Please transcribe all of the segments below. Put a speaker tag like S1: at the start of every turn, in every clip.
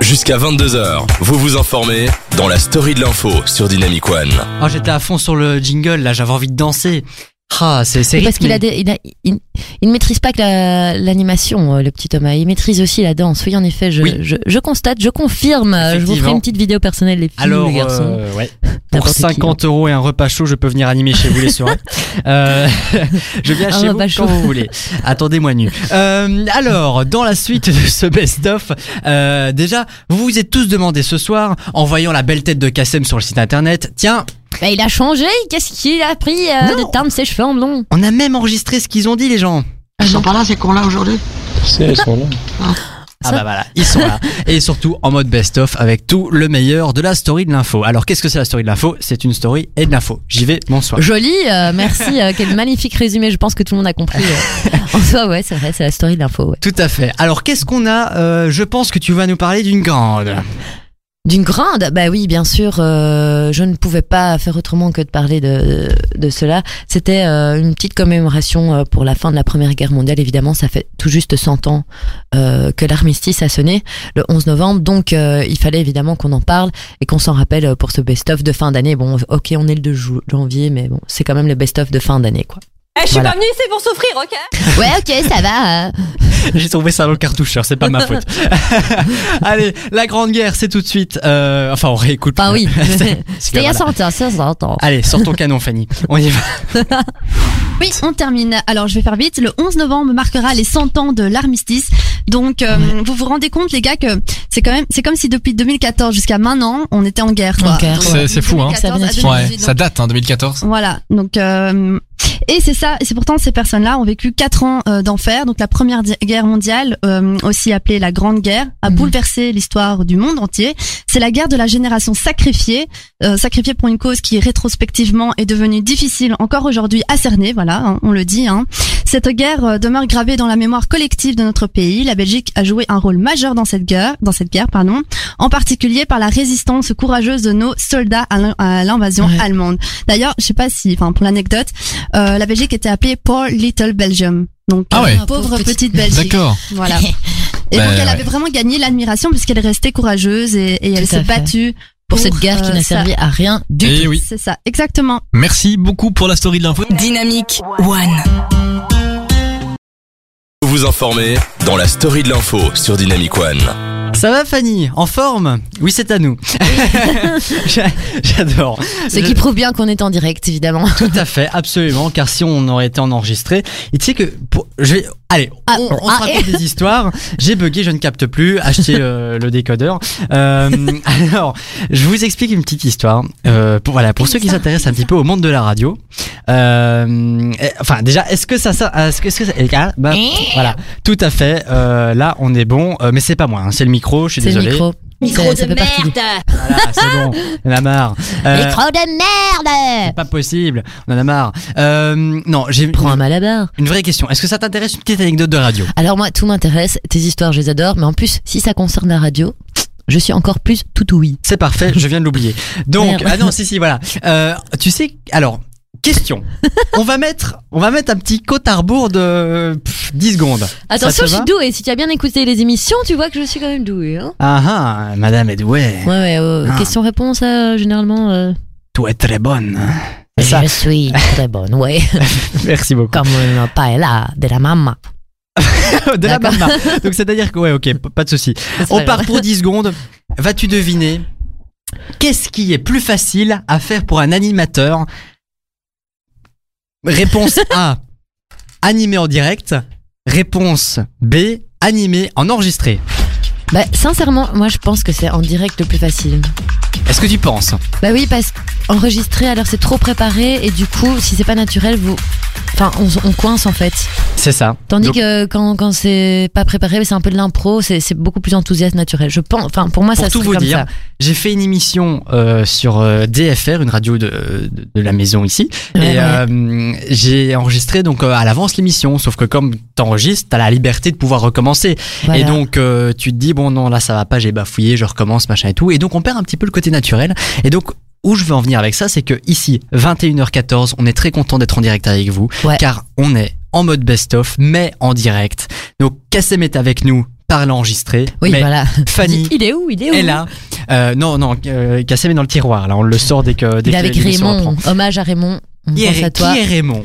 S1: Jusqu'à 22h, vous vous informez dans la story de l'info sur Dynamic One.
S2: Oh, j'étais à fond sur le jingle, là, j'avais envie de danser. Ah, c'est c'est
S3: Mais Parce
S2: rythmé.
S3: qu'il a des- il a- il- il ne maîtrise pas que la- l'animation, euh, le petit Thomas. Il maîtrise aussi la danse. Oui, en effet, je,
S2: Oui.
S3: je, je constate, je confirme. Euh, Je vous ferai
S2: Effectivement.
S3: une petite vidéo personnelle, les filles,
S2: Alors,
S3: les garçons.
S2: euh, ouais. pour
S3: n'importe qui. hein.
S2: 50 euros et un repas chaud, je peux venir animer chez vous les soirées. Euh, je viens
S3: Un
S2: chez vous
S3: repas
S2: quand
S3: chaud.
S2: vous voulez. Attendez-moi nu. Euh, alors, dans la suite de ce best-of, euh, déjà, vous vous êtes tous demandé ce soir, en voyant la belle tête de Kassem sur le site internet, tiens,
S3: Bah, il a changé. Qu'est-ce qu'il a pris euh, de teindre ses cheveux en blond
S2: on a même enregistré ce qu'ils ont dit les gens.
S4: Ils
S5: Ah
S4: sont pas là, c'est qu'on l'a aujourd'hui.
S6: C'est, elles sont là.
S2: Ah
S3: Ça-
S2: bah voilà, ils sont là. Et surtout en mode best-of avec tout le meilleur de la story de l'info. Alors qu'est-ce que c'est la story de l'info C'est une story et de l'info. J'y vais, bonsoir.
S3: Joli, euh, merci. euh, quel magnifique résumé. Je pense que tout le monde a compris. euh. en soi, ouais, c'est vrai, c'est la story de l'info. ouais.
S2: Tout à fait. Alors qu'est-ce qu'on a Euh, Je pense que tu vas nous parler d'une grande.
S3: D'une grande, bah oui, bien sûr, euh, je ne pouvais pas faire autrement que de parler de, de cela. C'était euh, une petite commémoration euh, pour la fin de la Première Guerre mondiale, évidemment, ça fait tout juste 100 ans euh, que l'armistice a sonné, le 11 novembre, donc euh, il fallait évidemment qu'on en parle et qu'on s'en rappelle euh, pour ce best-of de fin d'année. Bon, ok, on est le 2 jou- janvier, mais bon, c'est quand même le best-of de fin d'année, quoi.
S5: Eh, je suis
S3: Voilà.
S5: pas venue ici pour souffrir, ok
S3: Ouais, ok, ça va. hein.
S2: J'ai trouvé ça dans le cartoucheur, c'est pas ma faute. Allez, la grande guerre, c'est tout de suite. Euh, enfin, on réécoute.
S3: Enfin, oui.
S2: C'est- c'est que
S3: C'était il y a
S2: voilà.
S3: 100 ans, c'est 100 ans.
S2: Allez, sors ton canon, Fanny. On y va.
S7: Oui, on termine. Alors, je vais faire vite. Le 11 novembre marquera les 100 ans de l'armistice. Donc, euh, vous vous rendez compte, les gars, que c'est quand même, c'est comme si depuis 2014 jusqu'à maintenant, on était en guerre. quoi.
S3: En guerre.
S7: Donc, euh,
S6: C'est- c'est fou, hein.
S7: 2014 à
S3: Ça vient de
S7: 2018,
S6: Ouais,
S7: donc,
S6: ça date, hein, 2014.
S7: Voilà. Donc, euh, et c'est ça. Et c'est pourtant ces personnes-là ont vécu quatre ans euh, d'enfer. Donc, la première di- guerre mondiale, euh, aussi appelée la Grande Guerre, a
S3: Mhm.
S7: bouleversé l'histoire du monde entier. C'est la guerre de la génération sacrifiée, euh, sacrifiée pour une cause qui rétrospectivement est devenue difficile encore aujourd'hui à cerner. Voilà, hein, on le dit. Hein. Cette guerre euh, demeure gravée dans la mémoire collective de notre pays. La Belgique a joué un rôle majeur dans cette guerre, dans cette guerre, pardon, en particulier par la résistance courageuse de nos soldats à l'in- à l'invasion
S3: Ouais.
S7: allemande. D'ailleurs, je sais pas si, enfin pour l'anecdote, euh, la Belgique était appelée Poor Little Belgium. Donc
S6: Ah
S7: euh,
S6: ouais.
S7: pauvre,
S3: Pauvre petite-
S7: petite, Belgique.
S6: D'accord.
S7: Voilà. Et
S6: Bah,
S7: donc elle
S6: ouais.
S7: avait vraiment gagné l'admiration puisqu'elle restait courageuse et, et
S3: Tout
S7: elle
S3: à fait.
S7: s'est battue
S3: Pour cette guerre qui
S7: euh,
S3: n'a
S7: ça.
S3: servi à rien du tout.
S6: Et Eh oui.
S7: C'est ça, exactement.
S6: Merci beaucoup pour la story de l'info.
S5: Dynamique One.
S1: Vous vous informez dans la story de l'info sur Dynamic One.
S2: Ça va, Fanny En forme Oui, c'est à nous. J'a- J'adore.
S3: Ce qui prouve bien qu'on est en direct, évidemment.
S2: Tout à fait, absolument. Car si on aurait été en enregistré, et tu sais que pour, je vais, allez,
S3: Ah,
S2: on, on se
S3: ah,
S2: raconte des histoires. J'ai bugué, je ne capte plus. Achetez euh, le décodeur. Euh, alors, je vous explique une petite histoire. Euh, pour voilà, pour ceux qui s'intéressent un petit peu au monde de la radio. Euh, eh, enfin, déjà, est-ce que ça, ça, est-ce que, est-ce que ça- eh, ah, bah, voilà, tout à fait. Euh, là, on est bon, euh, mais c'est pas moi. hein, c'est le micro. Je suis
S3: C'est le
S2: désolé.
S3: micro.
S5: Micro
S3: Ça-
S5: de
S3: ça fait partie du-
S5: merde
S2: Voilà, c'est bon. On en a marre. Euh,
S3: Micro de
S2: c'est
S3: merde
S2: pas possible. On en a marre. Euh, non, j'ai
S3: Prends un malabar.
S2: Une vraie question. Est-ce que ça t'intéresse une petite anecdote de radio
S3: Alors moi, tout m'intéresse, tes histoires, je les adore, mais en plus, si ça concerne la radio, je suis encore plus tout oui.
S2: C'est parfait, je viens de l'oublier. Donc,
S3: Merde.
S2: ah non, si, si, voilà. Euh, tu sais, alors, question. on va mettre, on va mettre un petit compte à rebours de pff, 10 secondes.
S3: Attention,
S2: te
S3: je
S2: va
S3: suis douée. Si tu as bien écouté les émissions, tu vois que je suis quand même douée. Hein
S2: Ah ah, madame est douée.
S3: ouais, ouais. euh,
S2: Ah.
S3: Question-réponse, euh, généralement. euh,
S2: Tu es très bonne. C'est ça.
S3: Je suis très bonne, ouais.
S2: Merci beaucoup.
S3: Comme une paella de la maman.
S2: de la
S3: D'accord.
S2: barbe. Donc, c'est-à-dire que, ouais, ok, p- pas de souci.
S3: C'est pas
S2: On part
S3: grave.
S2: pour 10 secondes. Vas-tu deviner qu'est-ce qui est plus facile à faire pour un animateur Réponse A, animé en direct. Réponse B, animé en enregistré.
S3: Bah, sincèrement, moi, je pense que c'est en direct le plus facile.
S2: Est-ce que tu penses
S3: Bah oui, parce qu'enregistrer, alors c'est trop préparé, et du coup, si c'est pas naturel, vous. Enfin, on, on coince en fait.
S2: C'est ça.
S3: Tandis
S2: Donc,
S3: que quand, quand c'est pas préparé, mais c'est un peu de l'impro, c'est c'est beaucoup plus enthousiaste, naturel. Je pense, enfin, pour moi,
S2: Pour
S3: ça
S2: tout
S3: se
S2: vous
S3: comme
S2: dire,
S3: ça.
S2: j'ai fait une émission euh, sur euh, DFR, une radio de, de, de la maison ici,
S3: Ouais,
S2: et
S3: ouais.
S2: euh, j'ai enregistré donc euh, à l'avance l'émission. Sauf que comme t'enregistres, t'as la liberté de pouvoir recommencer.
S3: Voilà.
S2: Et donc euh, tu te dis bon non là ça va pas, j'ai bafouillé, je recommence machin et tout. Et donc on perd un petit peu le côté naturel. Et donc où je veux en venir avec ça, c'est que ici 21h14, on est très content d'être en direct avec vous,
S3: Ouais.
S2: car on est en mode best-of, mais en direct. Donc Kassem est avec nous. par l'enregistrer.
S3: Oui,
S2: mais
S3: voilà.
S2: Fanny
S3: Il est où Il est où
S2: est là. Euh, non, non, euh, Kassem est dans le tiroir. Là, on le sort dès que dès
S3: Il
S2: que
S3: est avec
S2: l'émission reprend.
S3: Raymond. Hommage à Raymond. On
S2: Qui
S3: pense
S2: est,
S3: à toi.
S2: qui est Raymond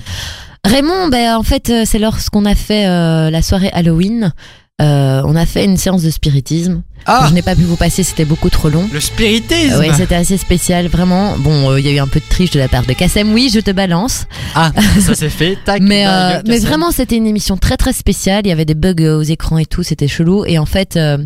S3: Raymond, ben, en fait, euh, c'est lorsqu'on a fait euh, la soirée Halloween. Euh, on a fait une séance de spiritisme.
S2: Ah,
S3: Je n'ai pas pu vous passer, c'était beaucoup trop long.
S2: le spiritisme.
S3: Oui, Ah c'était assez spécial, vraiment. Bon, euh, il y a eu un peu de triche de la part de Kassem, oui, je te balance.
S2: ah, ça s'est fait. Tac,
S3: Mais,
S2: dans la
S3: euh,
S2: gueule,
S3: mais
S2: Kassem.
S3: vraiment, c'était une émission très très spéciale. Il y avait des bugs euh, aux écrans et tout, c'était chelou. Et en fait, euh,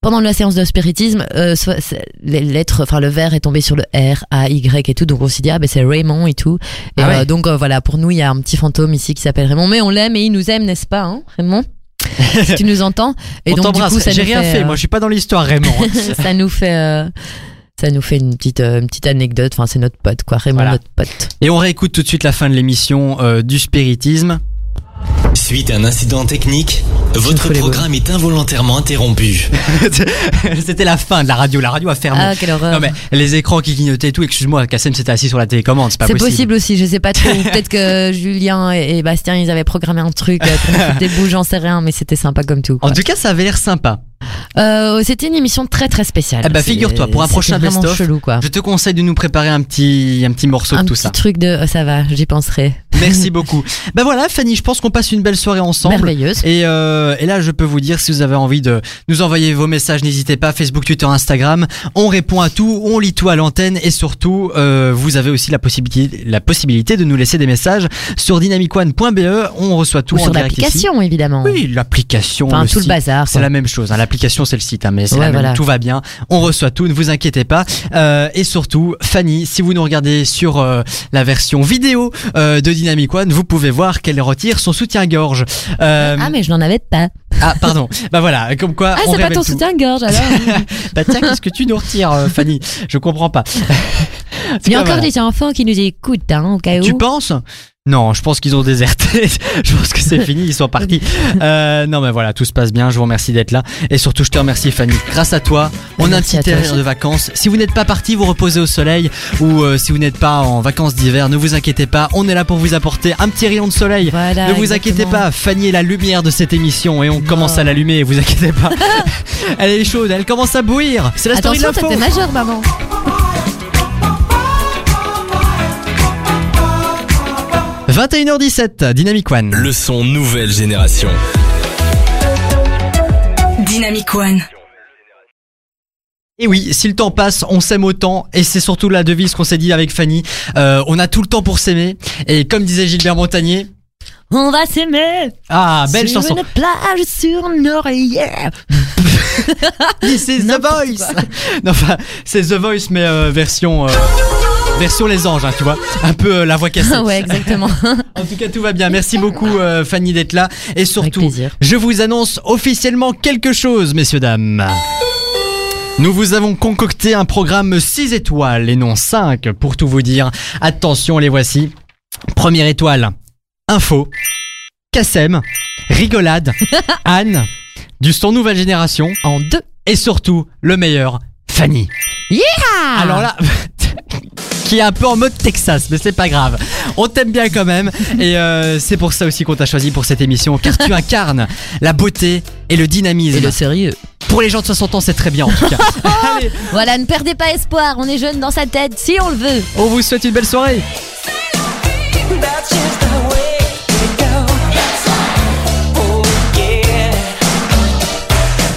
S3: pendant la séance de spiritisme, euh, soit- c'est- les lettres, enfin le verre est tombé sur le R, A, Y et tout. Donc on s'est dit, ah ben c'est Raymond et tout. Et
S2: Ah ouais.
S3: euh, donc euh, voilà, pour nous, il y a un petit fantôme ici qui s'appelle Raymond. Mais on l'aime et il nous aime, n'est-ce pas, hein, Raymond Si tu nous entends. Et
S2: on
S3: donc du coup,
S2: t'embrasse.
S3: ça
S2: J'ai
S3: nous
S2: rien fait.
S3: euh,
S2: Moi, je suis pas dans l'histoire, Raymond. hein.
S3: ça nous fait. euh, ça nous fait une petite, euh, une petite anecdote, enfin c'est notre pote quoi, Raymond
S2: Voilà.
S3: notre pote.
S2: Et on réécoute tout de suite la fin de l'émission euh, du spiritisme.
S8: Suite à un incident technique, votre
S3: folie,
S8: programme est involontairement interrompu.
S2: C'était la fin de la radio. La radio a fermé.
S3: Ah quelle horreur.
S2: non mais les écrans qui clignotaient et tout. Excuse-moi, Kassem s'était assis sur la télécommande. C'est pas
S3: C'est possible aussi, je sais pas trop. Peut-être que Julien et et Bastien, ils avaient programmé un truc, euh, qu'on foute des bouges, j'en sais rien, mais c'était sympa comme tout. quoi.
S2: En tout cas, ça avait l'air sympa.
S3: Euh, c'était une émission très très spéciale.
S2: Eh ben,
S3: C'est-
S2: figure-toi, pour un
S3: c'était
S2: prochain
S3: vraiment
S2: best-of,
S3: chelou quoi.
S2: Je te conseille de nous préparer un petit, un petit morceau
S3: Un
S2: de tout
S3: petit
S2: ça.
S3: truc de oh, ça va, j'y penserai.
S2: Merci beaucoup. Ben voilà, Fanny, je pense qu'on passe une belle soirée ensemble.
S3: Merveilleuse.
S2: Et, euh, et là, je peux vous dire, si vous avez envie de nous envoyer vos messages, n'hésitez pas, Facebook, Twitter, Instagram. On répond à tout, on lit tout à l'antenne et surtout, euh, vous avez aussi la possibilité, la possibilité de nous laisser des messages sur dynamicone.be. E. On reçoit tout
S3: Ou
S2: en
S3: sur
S2: direct ici.
S3: l'application évidemment.
S2: Oui, l'application.
S3: Enfin
S2: le
S3: tout le
S2: site.
S3: bazar.
S2: C'est
S3: quoi.
S2: la même chose. hein. L'application, c'est le site, hein, mais c'est
S3: Ouais,
S2: la même.
S3: voilà.
S2: Tout va bien. On reçoit tout. Ne vous inquiétez pas. Euh, et surtout, Fanny, si vous nous regardez sur euh, la version vidéo euh, de Dynamic One, vous pouvez voir qu'elle retire son soutien-gorge. Euh,
S3: Ah mais je n'en avais pas.
S2: ah, pardon. bah voilà. Comme quoi,
S3: Ah
S2: on
S3: c'est pas
S2: révèle
S3: ton
S2: tout.
S3: soutien-gorge alors.
S2: Bah tiens, qu'est-ce que tu nous retires, euh, Fanny Je comprends pas.
S3: Il y a
S2: Ah,
S3: encore
S2: voilà.
S3: des enfants qui nous écoutent hein, au cas où.
S2: Ah, Bah, Tu penses non, je pense qu'ils ont déserté. je pense que c'est fini, ils sont partis. Euh, non, mais voilà, tout se passe bien. Je vous remercie d'être là. Et surtout, je te remercie, Fanny. Grâce à toi, on a un
S3: Eh ben, merci
S2: petit
S3: à toi
S2: terrain
S3: aussi.
S2: de vacances. Si vous n'êtes pas parti, vous reposez au soleil. Ou euh, si vous n'êtes pas en vacances d'hiver, ne vous inquiétez pas. On est là pour vous apporter un petit rayon de soleil.
S3: Voilà,
S2: ne vous inquiétez
S3: Ah, exactement.
S2: pas, Fanny est la lumière de cette émission. Et on commence à l'allumer, vous inquiétez pas. elle est chaude, elle commence à bouillir. C'est la story de
S3: Attention, ça
S2: l'info.
S3: fait majeur maman.
S2: majeur. 21h17, Dynamic One.
S1: Le son nouvelle génération.
S5: Dynamic One.
S2: Et oui, si le temps passe, on s'aime autant, et c'est surtout la devise qu'on s'est dit avec Fanny. Euh, on a tout le temps pour s'aimer, et comme disait Gilbert Montagnier,
S3: On va s'aimer.
S2: ah belle
S3: sur
S2: chanson,
S3: Une plage sur une oreillère.
S2: This is The Voice. non, enfin, c'est The Voice mais euh, version euh, version les anges, hein, tu vois, un peu euh, la voix cassée.
S3: Ah ouais, exactement.
S2: En tout cas, tout va bien. Merci beaucoup euh, Fanny d'être là, et
S3: Avec
S2: surtout,
S3: plaisir.
S2: je vous annonce officiellement quelque chose, messieurs dames. Nous vous avons concocté un programme 6 étoiles et non 5 pour tout vous dire. Attention, les voici. Première étoile, info, Kassem, rigolade, Anne, du son nouvelle génération
S3: En deux.
S2: et surtout le meilleur, Fanny. Alors là, qui est un peu en mode Texas, mais c'est pas grave. On t'aime bien quand même. Et euh, c'est pour ça aussi qu'on t'a choisi pour cette émission, car tu incarnes la beauté et le dynamisme.
S3: Et le Ah. sérieux.
S2: Pour les gens de 60 ans, c'est très bien en tout cas. Allez,
S3: Voilà, ne perdez pas espoir, on est jeune dans sa tête, si on le veut.
S2: on vous souhaite une belle soirée.
S9: That's just the way it goes. Oh yeah.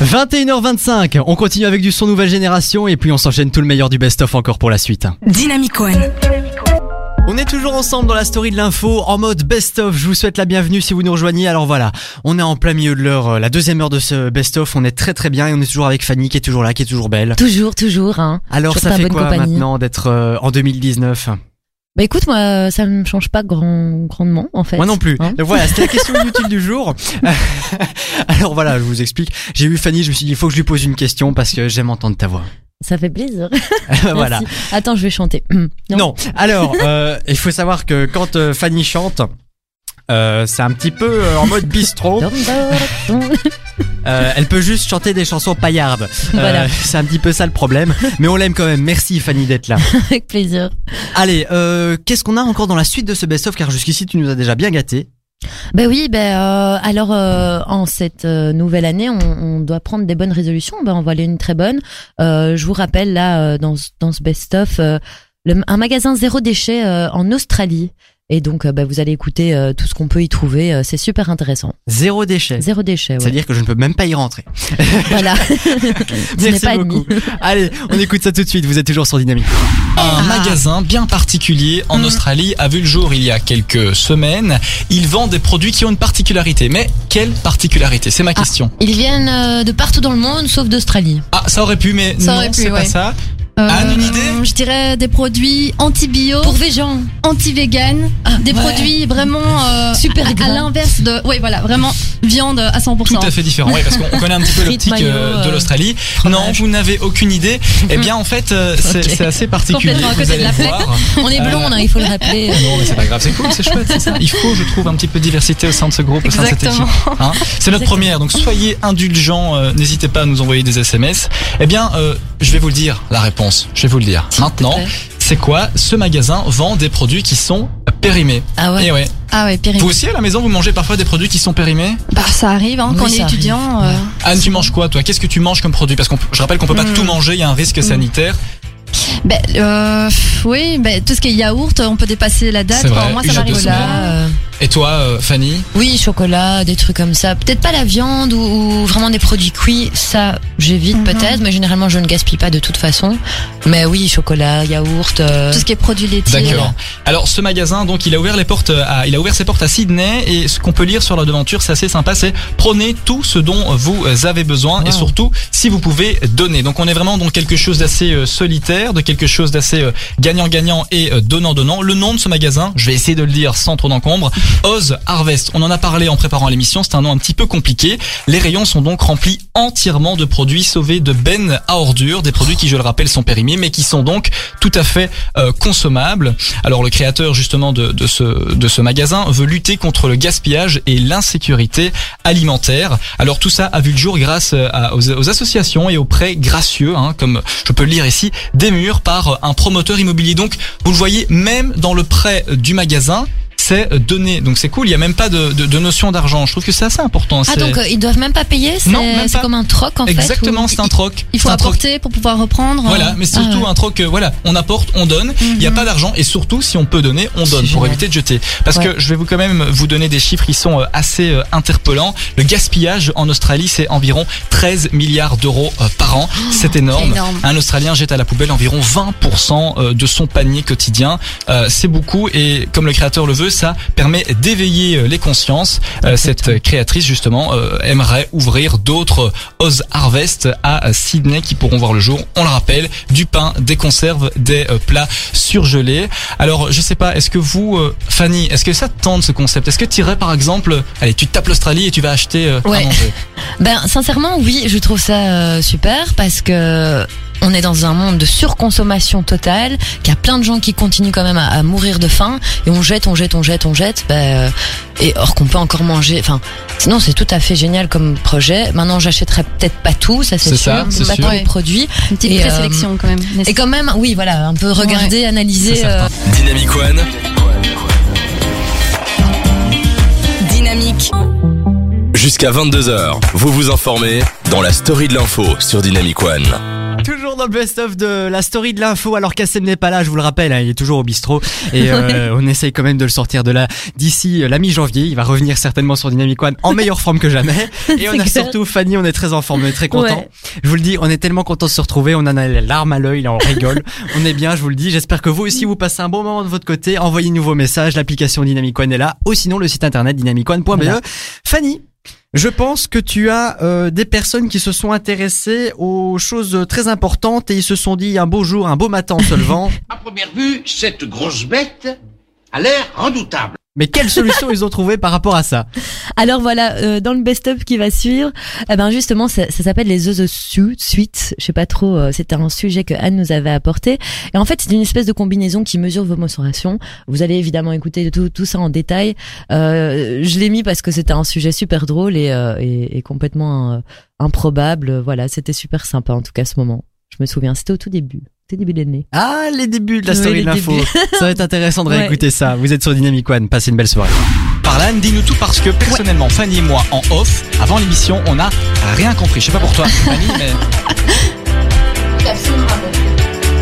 S2: 21h25, on continue avec du son nouvelle génération et puis on s'enchaîne tout le meilleur du best-of encore pour la suite.
S5: Dynamic One.
S2: On est toujours ensemble dans la story de l'info en mode best-of. Je vous souhaite la bienvenue si vous nous rejoignez. Alors voilà, on est en plein milieu de l'heure, euh, la deuxième heure de ce best-of. On est très très bien et on est toujours avec Fanny qui est toujours là, qui est toujours belle.
S3: Toujours, toujours, hein.
S2: Alors ça
S3: Toujours ta
S2: fait
S3: bonne
S2: quoi
S3: compagnie.
S2: maintenant d'être euh, en 2019
S3: Bah écoute, moi, euh, ça me change pas grand, grandement, en fait.
S2: Moi non plus.
S3: Hein
S2: Donc voilà, c'était la question inutile du jour. Alors voilà, je vous explique. J'ai eu Fanny, je me suis dit il faut que je lui pose une question parce que j'aime entendre ta voix.
S3: Ça fait plaisir.
S2: Ah, voilà. Oh.
S3: Merci. Attends, je vais chanter.
S2: Non. Alors, euh, il faut savoir que quand euh, Fanny chante, euh, c'est un petit peu euh, en mode bistrot. Euh, elle peut juste chanter des chansons paillardes. Euh,
S3: Voilà.
S2: c'est un petit peu ça le problème. Mais on l'aime quand même. Merci Fanny d'être là.
S3: Avec plaisir.
S2: Allez, euh, qu'est-ce qu'on a encore dans la suite de ce best-of Car jusqu'ici, tu nous as déjà bien gâté.
S3: Ben oui, ben euh, alors euh, en cette euh, nouvelle année, on, on doit prendre des bonnes résolutions. Ben on va aller une très bonne. Euh, je vous rappelle là euh, dans ce- dans ce best-of euh, le- un magasin zéro déchet euh, en Australie. Et donc euh, ben, vous allez écouter euh, tout ce qu'on peut y trouver. euh, c'est super intéressant.
S2: Zéro déchet.
S3: Zéro déchet. Ouais.
S2: C'est-à-dire que je ne peux même pas y rentrer.
S3: Voilà. Ce n'est
S2: Merci
S3: pas
S2: beaucoup.
S3: admis.
S2: Allez, on écoute ça tout de suite. Vous êtes toujours sur Dynamique.
S3: Ah.
S6: Un magasin bien particulier
S3: Mm.
S6: en Australie a vu le jour il y a quelques semaines. Il vend des produits qui ont une particularité. Mais quelle particularité
S3: Ah.
S6: C'est ma question.
S3: Ils viennent euh, de partout dans le monde, sauf d'Australie.
S6: Ah, ça aurait pu, mais
S7: Ça
S6: non,
S7: aurait pu,
S6: c'est pas
S7: ouais.
S6: ça.
S7: Euh,
S6: Anne, Ah, une idée
S7: Je dirais des produits anti-bio,
S3: Pour végans,
S7: anti-vegan, des
S3: ouais.
S7: produits vraiment euh,
S3: Super
S7: à- à,
S3: gras.
S7: l'inverse de, oui voilà, vraiment viande à 100%.
S6: Tout à fait différent, oui, parce qu'on connaît un petit peu
S3: Frites,
S6: l'optique euh,
S3: maillot,
S6: de
S3: euh,
S6: l'Australie. Non, vous n'avez aucune idée. Eh bien, en fait, euh, c'est
S3: Ok.
S6: c'est assez particulier.
S3: Complètement à
S6: vous
S3: côté de
S6: allez
S3: la plaque.
S6: voir.
S3: on est
S2: Ah.
S6: Euh,
S3: blonde, hein, il faut le rappeler.
S6: Non, mais c'est pas grave, c'est cool, c'est chouette, c'est ça. Il faut, je trouve, un petit peu de diversité au sein de ce groupe, au sein de cette
S7: Exactement.
S6: équipe. hein. c'est notre première, donc soyez indulgents, euh, n'hésitez pas à nous envoyer des SMS. Eh bien, euh, je vais vous le dire, la réponse, je vais vous le dire. Maintenant,
S3: plaît.
S6: c'est quoi Ce magasin vend des produits qui sont périmés.
S3: Ah ouais.
S6: Eh ouais.
S7: Ah ouais, périmé.
S6: Vous aussi, à la maison, vous mangez parfois des produits qui sont périmés
S7: Bah ça arrive hein,
S3: Oui,
S7: quand on
S3: ça
S7: est
S3: arrive.
S7: étudiant. euh,
S6: Anne, tu manges quoi, toi Qu'est-ce que tu manges comme produit Parce que je rappelle qu'on peut pas tout manger, il y a un risque sanitaire.
S7: Ben euh, pff, oui, ben tout ce qui est yaourt, on peut dépasser la date.
S6: C'est vrai,
S7: Enfin, moi ça
S6: une à deux
S7: m'arrive
S6: semaines.
S7: là.
S3: Voilà, euh,
S6: Et toi, euh, Fanny
S3: Oui, chocolat, des trucs comme ça. Peut-être pas la viande ou, ou vraiment des produits cuits, ça j'évite
S7: Mhm.
S3: peut-être, mais généralement je ne gaspille pas de toute façon. Mais oui, chocolat, yaourt. euh,
S7: Tout ce qui est produits laitiers.
S6: D'accord. Alors ce magasin, donc il a ouvert les portes, euh, à, il a ouvert ses portes à Sydney et ce qu'on peut lire sur la devanture, c'est assez sympa, c'est prenez tout ce dont vous avez besoin et
S3: Wow.
S6: surtout si vous pouvez donner. Donc on est vraiment dans quelque chose d'assez euh, solitaire, de quelque chose d'assez euh, gagnant-gagnant et euh, donnant-donnant. Le nom de ce magasin, je vais essayer de le dire sans trop d'encombre, Oz Harvest. On en a parlé en préparant l'émission, c'est un nom un petit peu compliqué. Les rayons sont donc remplis entièrement de produits sauvés de bennes à ordures, des produits qui, je le rappelle, sont périmés, mais qui sont donc tout à fait euh, consommables. Alors le créateur justement de, de ce, de ce magasin veut lutter contre le gaspillage et l'insécurité alimentaire. Alors tout ça a vu le jour grâce euh, à- aux, aux associations et aux prêts gracieux, hein, comme je peux le lire ici, des murs par euh, un promoteur immobilier. Donc vous le voyez même dans le prêt euh, du magasin. C'est euh, donné, donc c'est cool. Il n'y a même pas de, de- de notion d'argent. Je trouve que c'est assez important.
S3: Ah
S6: C'est-
S3: donc euh, ils doivent même pas payer,
S6: Non, même
S3: c'est c'est
S6: pas.
S3: comme un troc en fait.
S6: Exactement,
S3: ou-
S6: c'est un troc.
S7: Il faut
S6: C'est un troc
S7: apporter pour pouvoir reprendre.
S6: Voilà,
S3: hein.
S7: euh,
S6: mais c'est surtout un troc, euh, voilà, on apporte, on donne, il n'y a pas d'argent et surtout si on peut donner, on donne
S3: Mhm. C'est
S6: pour
S3: génial.
S6: éviter de jeter. Parce
S3: Ouais.
S6: que je vais vous quand même vous donner des chiffres qui sont euh, assez euh, interpellants. Le gaspillage en Australie, c'est environ 13 milliards d'euros euh, par
S3: Oh,
S6: an. C'est énorme.
S7: énorme.
S6: Un Australien jette à la poubelle environ 20% euh, de son panier quotidien. Euh, C'est beaucoup et comme le créateur le veut, ça permet d'éveiller euh, les consciences. Euh, Cette créatrice justement euh, aimerait ouvrir d'autres euh, Oz Harvest à euh, Sydney qui pourront voir le jour. On le rappelle, du pain, des conserves, des euh, plats surgelés. Alors, je sais pas, est-ce que vous, euh, Fanny, est-ce que ça te tente ce concept Est-ce que tu irais par exemple, allez, tu tapes l'Australie et tu vas acheter euh, à
S3: Ouais.
S6: manger
S3: Ben sincèrement oui, je trouve ça euh, super parce que on est dans un monde de surconsommation totale, qu'il y a plein de gens qui continuent quand même à, à mourir de faim et on jette, on jette, on jette, on jette. Ben, euh, et or qu'on peut encore manger. Enfin, sinon c'est tout à fait génial comme projet. Maintenant j'achèterai peut-être pas tout, ça c'est
S6: C'est
S3: sûr.
S6: ça, c'est
S3: Maintenant,
S6: sûr.
S3: les produits
S7: Une petite
S3: Et, euh,
S7: présélection quand même.
S3: et quand même oui voilà un peu regarder,
S6: C'est
S3: analyser.
S6: certain.
S3: euh,
S1: Dynamic One,
S5: Dynamique.
S1: jusqu'à 22h. Vous vous informez dans la story de l'info sur Dynamic One.
S2: Toujours dans le best-of de la story de l'info. Alors qu'Assem n'est pas là, je vous le rappelle, hein, il est toujours au bistrot. Et euh, on essaye quand même de le sortir de là d'ici euh, la mi-janvier. Il va revenir certainement sur Dynamic One en meilleure forme que jamais. Et on a
S3: clair.
S2: surtout Fanny, on est très en forme, on est très content.
S3: Ouais.
S2: Je vous le dis, on est tellement content de se retrouver. On en a les larmes à l'œil, là on rigole. on est bien, je vous le dis. J'espère que vous aussi vous passez un bon moment de votre côté. Envoyez-nous vos messages, l'application Dynamic One est là. Ou sinon le site internet dynamicone.be.
S3: Voilà.
S2: Fanny, je pense que tu as euh, des personnes qui se sont intéressées aux choses très importantes et ils se sont dit un beau jour, un beau matin en se levant.
S10: À première vue, cette grosse bête a l'air redoutable.
S2: Mais quelle solution ils ont trouvé par rapport à ça
S3: Alors voilà, euh, dans le best-of qui va suivre, eh ben justement, ça, ça s'appelle les œufs su suite. Je sais pas trop. euh, C'était un sujet que Anne nous avait apporté. Et en fait, c'est une espèce de combinaison qui mesure vos mensurations. Vous allez évidemment écouter tout, tout ça en détail. Euh, je l'ai mis parce que c'était un sujet super drôle et, euh, et, et complètement euh, improbable. Voilà, c'était super sympa en tout cas ce moment. Je me souviens, c'était au tout début. C'était début d'année.
S2: Ah, les débuts de la
S3: Oui,
S2: story
S3: les
S2: de l'info.
S3: débuts.
S2: Ça va être intéressant de
S3: Ouais.
S2: réécouter ça. Vous êtes sur Dynamic One. Passez une belle soirée.
S6: Par là, dis-nous tout parce que personnellement, Fanny et moi, en off, avant l'émission, on n'a rien compris. Je sais pas pour toi, Fanny, mais.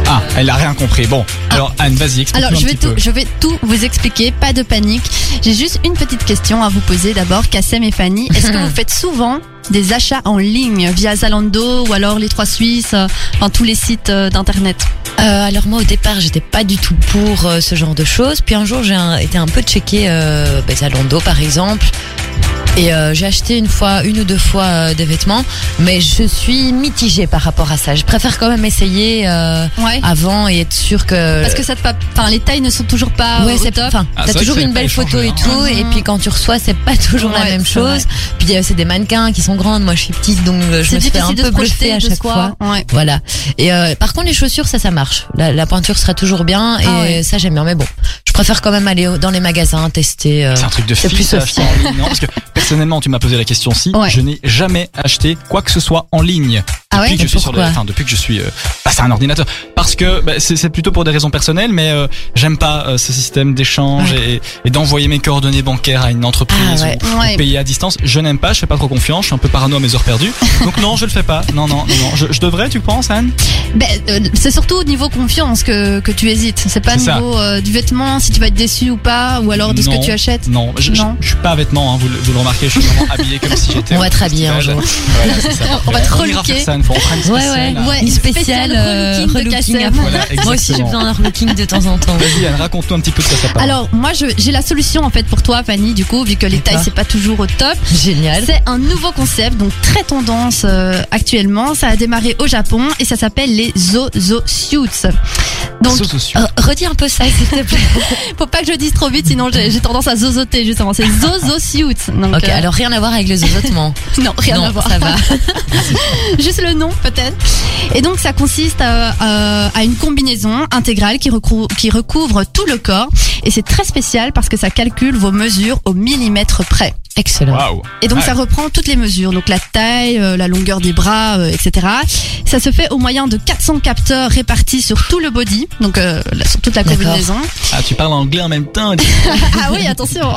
S6: Ah, elle a rien compris. Bon, alors Anne, vas-y, explique-nous
S7: Alors,
S6: un
S7: je vais,
S6: petit
S7: tout,
S6: peu.
S7: je vais tout vous expliquer, pas de panique. J'ai juste une petite question à vous poser d'abord, Kassem et Fanny. Est-ce que vous faites souvent des achats en ligne via Zalando ou alors les Trois Suisses, euh, enfin tous les sites euh, d'internet
S3: Euh, alors moi au départ j'étais pas du tout pour euh, ce genre de choses. Puis un jour j'ai un- été un peu checker euh, ben, Zalando par exemple. Et euh, j'ai acheté une fois, une ou deux fois euh, des vêtements, mais je suis mitigée par rapport à ça. Je préfère quand même essayer euh,
S7: Ouais.
S3: avant et être sûre que.
S7: Parce que ça te pas, enfin les tailles ne sont toujours pas euh,
S3: ouais,
S7: au
S3: c'est
S7: top.
S3: Enfin,
S6: Ah,
S3: t'as
S6: c'est vrai
S3: toujours
S6: que ça
S3: une
S6: avait
S3: belle
S6: pas
S3: photo
S6: échangé,
S3: et tout,
S7: hein.
S3: et puis quand tu reçois, c'est pas toujours la
S7: Ouais,
S3: même
S7: c'est
S3: chose. Puis euh, c'est des mannequins qui sont grandes. Moi, je suis petite, donc euh, je
S7: C'est
S3: me suis fait un
S7: difficile de
S3: peu
S7: se
S3: bluffer
S7: projeter
S3: à
S7: de
S3: chaque
S7: soi.
S3: fois.
S7: Ouais.
S3: Voilà. Et euh, par contre, les chaussures, ça, ça marche. La, la pointure sera toujours bien et
S7: Ah ouais.
S3: ça, j'aime bien. Mais bon, je préfère quand même aller au- dans les magasins tester. euh.
S6: C'est un truc de
S3: C'est
S6: fille,
S3: plus
S6: ça,
S3: Sophie.
S6: acheter en ligne, non Parce que personnellement, tu m'as posé la question si
S7: Ouais.
S6: je n'ai jamais acheté quoi que ce soit en ligne
S7: Ah ouais
S6: depuis que je
S3: Mais
S6: suis sur le,
S3: pourquoi
S6: enfin, depuis que je suis euh, passé à un ordinateur. Parce que bah, c'est c'est plutôt pour des raisons personnelles, mais euh, j'aime pas euh, ce système d'échange et, et d'envoyer mes coordonnées bancaires à une entreprise
S3: Ah ouais.
S6: ou, ou
S7: Ouais.
S6: payer à distance. Je n'aime pas, je fais pas trop confiance, je suis un peu parano à mes heures perdues. Donc non, je le fais pas. Non, non, non, non. Je, je devrais, tu penses, Anne
S7: Ben, euh, c'est surtout au niveau confiance que, que tu hésites. C'est pas au
S6: C'est ça.
S7: niveau euh, du vêtement, si tu vas être déçu ou pas, ou alors de ce
S6: Non.
S7: que tu achètes.
S6: Non, je, je-
S7: Non.
S6: je suis pas à vêtements, hein, vous, le- vous le remarquez, je suis vraiment habillé comme si j'étais.
S3: On
S6: au
S3: va te rhabiller un
S6: festival.
S3: jour.
S6: Voilà, c'est ça.
S7: On va te
S6: ira faire
S7: relooker.
S6: ça une fois, on fera une
S3: Ouais, ouais.
S6: spéciale, hein.
S7: Ouais,
S3: Une
S7: une
S3: spéciale
S7: spéciale
S3: euh,
S7: relooking de
S3: relooking à
S7: Kassem.
S3: fond.
S6: Voilà,
S3: Moi aussi, j'ai
S6: exactement.
S3: besoin d'un relooking de temps en temps.
S6: Vas-y, Anne, raconte-nous un petit peu de quoi ça parle.
S7: Alors moi je- j'ai la solution en fait pour toi Fanny du coup vu que les tailles
S3: D'accord.
S7: c'est pas toujours au top.
S3: Génial.
S7: C'est un nouveau concept, donc très tendance euh, actuellement. Ça a démarré au Japon et ça s'appelle les Zozo Suits. Donc,
S6: Sous- sous- sous.
S3: Euh, redis un peu ça, s'il te plaît.
S7: faut pas que je dise trop vite, sinon j'ai j'ai tendance à zozoter justement. C'est Zozo Suits. Donc,
S3: ok,
S7: euh,
S3: alors rien à voir avec les hein. zozotements.
S7: non, rien
S3: non,
S7: à voir.
S3: ça va.
S7: Juste le nom peut-être. Et donc ça consiste à, euh, à une combinaison intégrale qui, recrou- qui recouvre tout le corps et c'est très spécial parce que ça calcule vos mesures au millimètre près.
S3: Excellent.
S6: Waouh.
S7: Et donc
S6: Ouais.
S7: ça reprend toutes les mesures, donc la taille, euh, la longueur des bras, euh, etc. Ça se fait au moyen de 400 capteurs répartis sur tout le body, donc euh, là, sur toute la
S3: D'accord.
S7: combinaison.
S6: Ah, tu parles anglais en même temps. dis-
S7: ah oui, attention.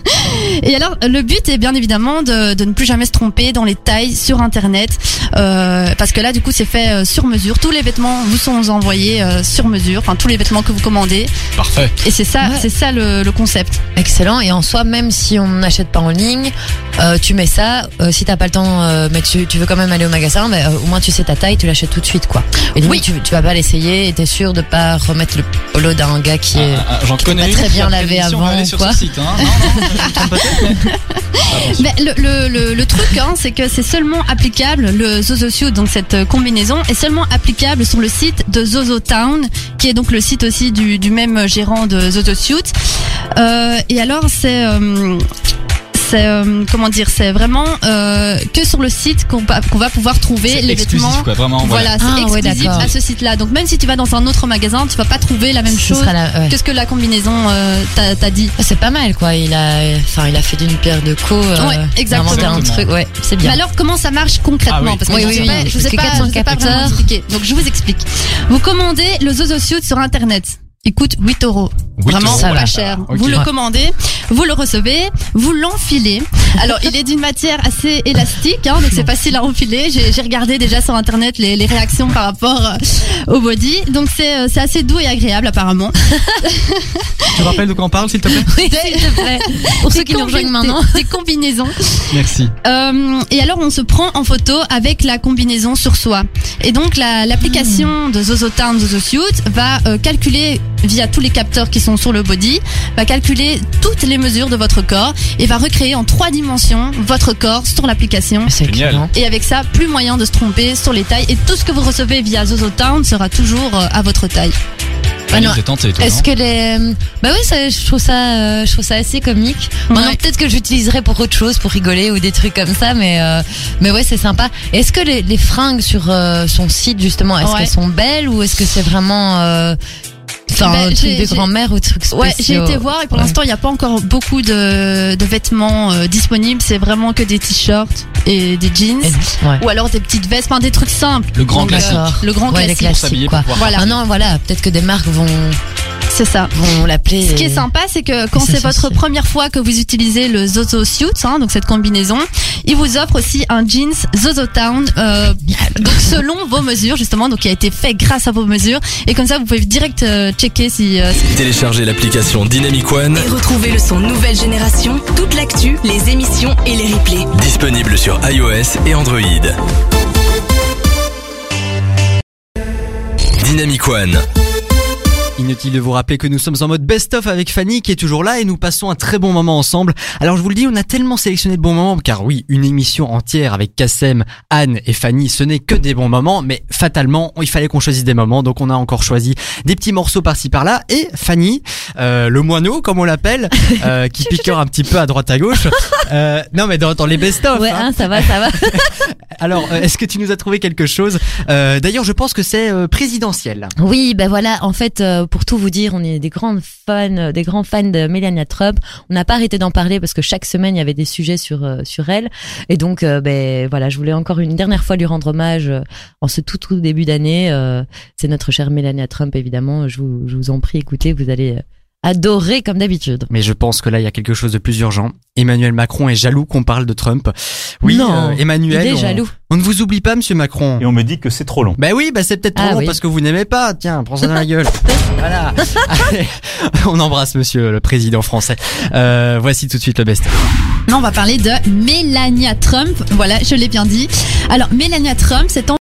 S7: Et alors le but est bien évidemment de, de ne plus jamais se tromper dans les tailles sur Internet, euh, parce que là du coup c'est fait euh, sur mesure. Tous les vêtements vous sont envoyés euh, sur mesure, enfin tous les vêtements que vous commandez.
S6: Parfait.
S7: Et c'est ça,
S3: Ouais.
S7: c'est ça le, le concept.
S3: Excellent. Et en soi, même si on n'achète pas en ligne, euh, tu mets ça. euh, si t'as pas le temps, euh, mais tu, tu veux quand même aller au magasin, bah, euh, au moins tu sais ta taille, tu l'achètes tout de suite, quoi. Et
S7: Oui.
S3: oui, tu, tu vas pas l'essayer. Et t'es sûr de pas remettre le polo d'un gars qui est.
S6: Ah, ah, J'en
S3: qui
S6: connais
S3: est
S6: une.
S3: pas très
S6: qui
S3: bien
S6: a fait
S3: lavé
S6: l'émission,
S3: avant,
S6: elle est sur
S3: quoi.
S6: ce site. Hein. Non, non, je me trompe peut-être, mais- Ah, bon.
S7: Mais le, le, le, le truc, hein, c'est que c'est seulement applicable, le Zozo Suit, donc cette euh, combinaison, est seulement applicable sur le site de Zozo Town, qui est donc le site aussi du, du même gérant de Zozo Suit. Euh, et alors, c'est... euh, c'est euh, comment dire, c'est vraiment euh, que sur le site qu'on va- qu'on va pouvoir trouver
S6: C'est
S7: les
S6: exclusif,
S7: vêtements.
S6: quoi, vraiment. Voilà.
S7: Voilà, c'est
S3: Ah, ouais,
S7: exclusif
S3: d'accord.
S7: à ce site-là. Donc même si tu vas dans un autre magasin, tu vas pas trouver la même
S3: Ce
S7: chose
S3: sera la- ouais. Ah,
S7: que ce que la combinaison euh, t'a t'a dit.
S3: C'est pas mal, quoi. Il a, enfin, il a fait d'une pierre deux coups. euh,
S7: Ouais,
S3: il a
S7: exactement.
S3: inventé un truc. Ouais, c'est bien.
S7: Mais alors, comment ça marche concrètement
S6: Ah oui.
S7: Parce que
S3: Oui,
S7: je ne
S3: oui,
S7: sais
S3: oui.
S7: pas- je
S3: Parce
S7: sais
S3: que
S7: pas, je sais pas
S3: 404
S7: vraiment
S3: heures.
S7: expliquer. Donc, je vous explique. Vous commandez le Zozo Suit sur Internet. Il coûte 8 euros. Vraiment
S6: euros,
S7: pas
S6: voilà.
S7: cher.
S6: Ok.
S7: Vous le
S6: Ouais.
S7: commandez, vous le recevez, vous l'enfilez. Alors, il est d'une matière assez élastique, hein, donc c'est facile à enfiler. J'ai j'ai regardé déjà sur Internet les, les réactions par rapport euh, au body. Donc, c'est euh, c'est assez doux et agréable apparemment.
S6: Tu te rappelles de quoi on parle, s'il te plaît
S3: Oui, s'il te plaît. Pour ceux
S7: Des
S3: qui nous rejoignent
S7: combi-
S3: maintenant.
S7: des- des combinaisons.
S6: Merci.
S7: Euh, et alors on se prend en photo avec la combinaison sur soi. Et donc la- l'application de Zozotown, ZozoSuit va euh, calculer via tous les capteurs qui sont sur le body, va calculer toutes les mesures de votre corps et va recréer en trois dimensions votre corps sur l'application.
S3: C'est
S6: Génial.
S3: excellent.
S7: Et avec ça, plus moyen de se tromper sur les tailles et tout ce que vous recevez via Zozotown sera toujours euh, à votre taille.
S6: Fanny,
S3: Ah non.
S6: t'es tentée, toi.
S3: Est-ce que les bah oui ça, je trouve ça euh, je trouve ça assez comique. Maintenant
S7: Ouais.
S3: peut-être que j'utiliserai pour autre chose pour rigoler ou des trucs comme ça mais euh, mais ouais c'est sympa. Est-ce que les, les fringues sur euh, son site justement est-ce
S7: Ouais.
S3: qu'elles sont belles ou est-ce que c'est vraiment euh, Enfin,
S7: Ben,
S3: un truc
S7: j'ai-
S3: de
S7: j'ai-
S3: grand-mère ou truc spécial.
S7: Ouais, j'ai été voir et pour l'instant, il n'y a pas encore beaucoup de, de vêtements euh, disponibles. C'est vraiment que des t-shirts et des jeans.
S3: Ouais.
S7: Ou alors des petites vestes, enfin des trucs simples.
S6: Le grand
S7: Donc, euh,
S6: classique.
S7: Le grand
S3: Ouais, les
S7: classique.
S6: Pour s'habiller,
S3: classiques,
S6: pour
S3: quoi.
S6: pouvoir
S3: Voilà. Ah non, voilà, peut-être que des marques vont,
S7: C'est ça.
S3: vont l'appeler.
S7: Ce qui est sympa, c'est que quand
S3: Et ça,
S7: c'est
S3: ça,
S7: votre
S3: c'est-
S7: première fois que vous utilisez le Zozo Suit, hein, donc cette combinaison, il vous offre aussi un jeans Zozo Town, euh, donc selon vos mesures justement, donc qui a été fait grâce à vos mesures, et comme ça vous pouvez direct euh, checker si, euh,
S1: Téléchargez l'application Dynamic One,
S5: Et retrouvez le son nouvelle génération, toute l'actu, les émissions et les replays.
S1: disponible sur iOS et Android. Dynamic One.
S2: Inutile de vous rappeler que nous sommes en mode best-of avec Fanny qui est toujours là et nous passons un très bon moment ensemble. Alors je vous le dis, on a tellement sélectionné de bons moments car oui, une émission entière avec Kassem, Anne et Fanny, ce n'est que des bons moments, mais fatalement, il fallait qu'on choisisse des moments, donc on a encore choisi des petits morceaux par-ci par-là et Fanny, euh, le moineau comme on l'appelle, euh, qui picore un petit peu à droite à gauche. Euh, non mais dans, dans les best-of.
S3: Ouais,
S2: hein.
S3: hein, ça va, ça va.
S2: Alors, euh, est-ce que tu nous as trouvé quelque chose Euh, D'ailleurs, je pense que c'est euh, présidentiel.
S3: Oui, ben voilà, en fait, euh, pour tout vous dire, on est des grandes fans, euh, des grands fans de Melania Trump. On n'a pas arrêté d'en parler parce que chaque semaine, il y avait des sujets sur euh, sur elle. Et donc, euh, ben voilà, je voulais encore une dernière fois lui rendre hommage euh, en ce tout tout début d'année. Euh, C'est notre chère Melania Trump, évidemment. Je vous, je vous en prie, écoutez, vous allez euh, adorer comme d'habitude.
S2: Mais je pense que là, il y a quelque chose de plus urgent. Emmanuel Macron est jaloux qu'on parle de Trump. Oui,
S3: Non,
S2: euh,
S3: Il
S2: Emmanuel,
S3: est
S2: on,
S3: jaloux.
S2: on ne vous oublie pas, monsieur Macron.
S11: Et on me dit que c'est trop long.
S2: Ben oui, bah c'est peut-être trop
S3: Ah
S2: long
S3: oui.
S2: parce que vous n'aimez pas. Tiens, prends ça dans la gueule. voilà. Allez, on embrasse monsieur le président français. Euh, voici tout de suite le best.
S7: Non, on va parler de Melania Trump. Voilà, je l'ai bien dit. Alors, Melania Trump, c'est en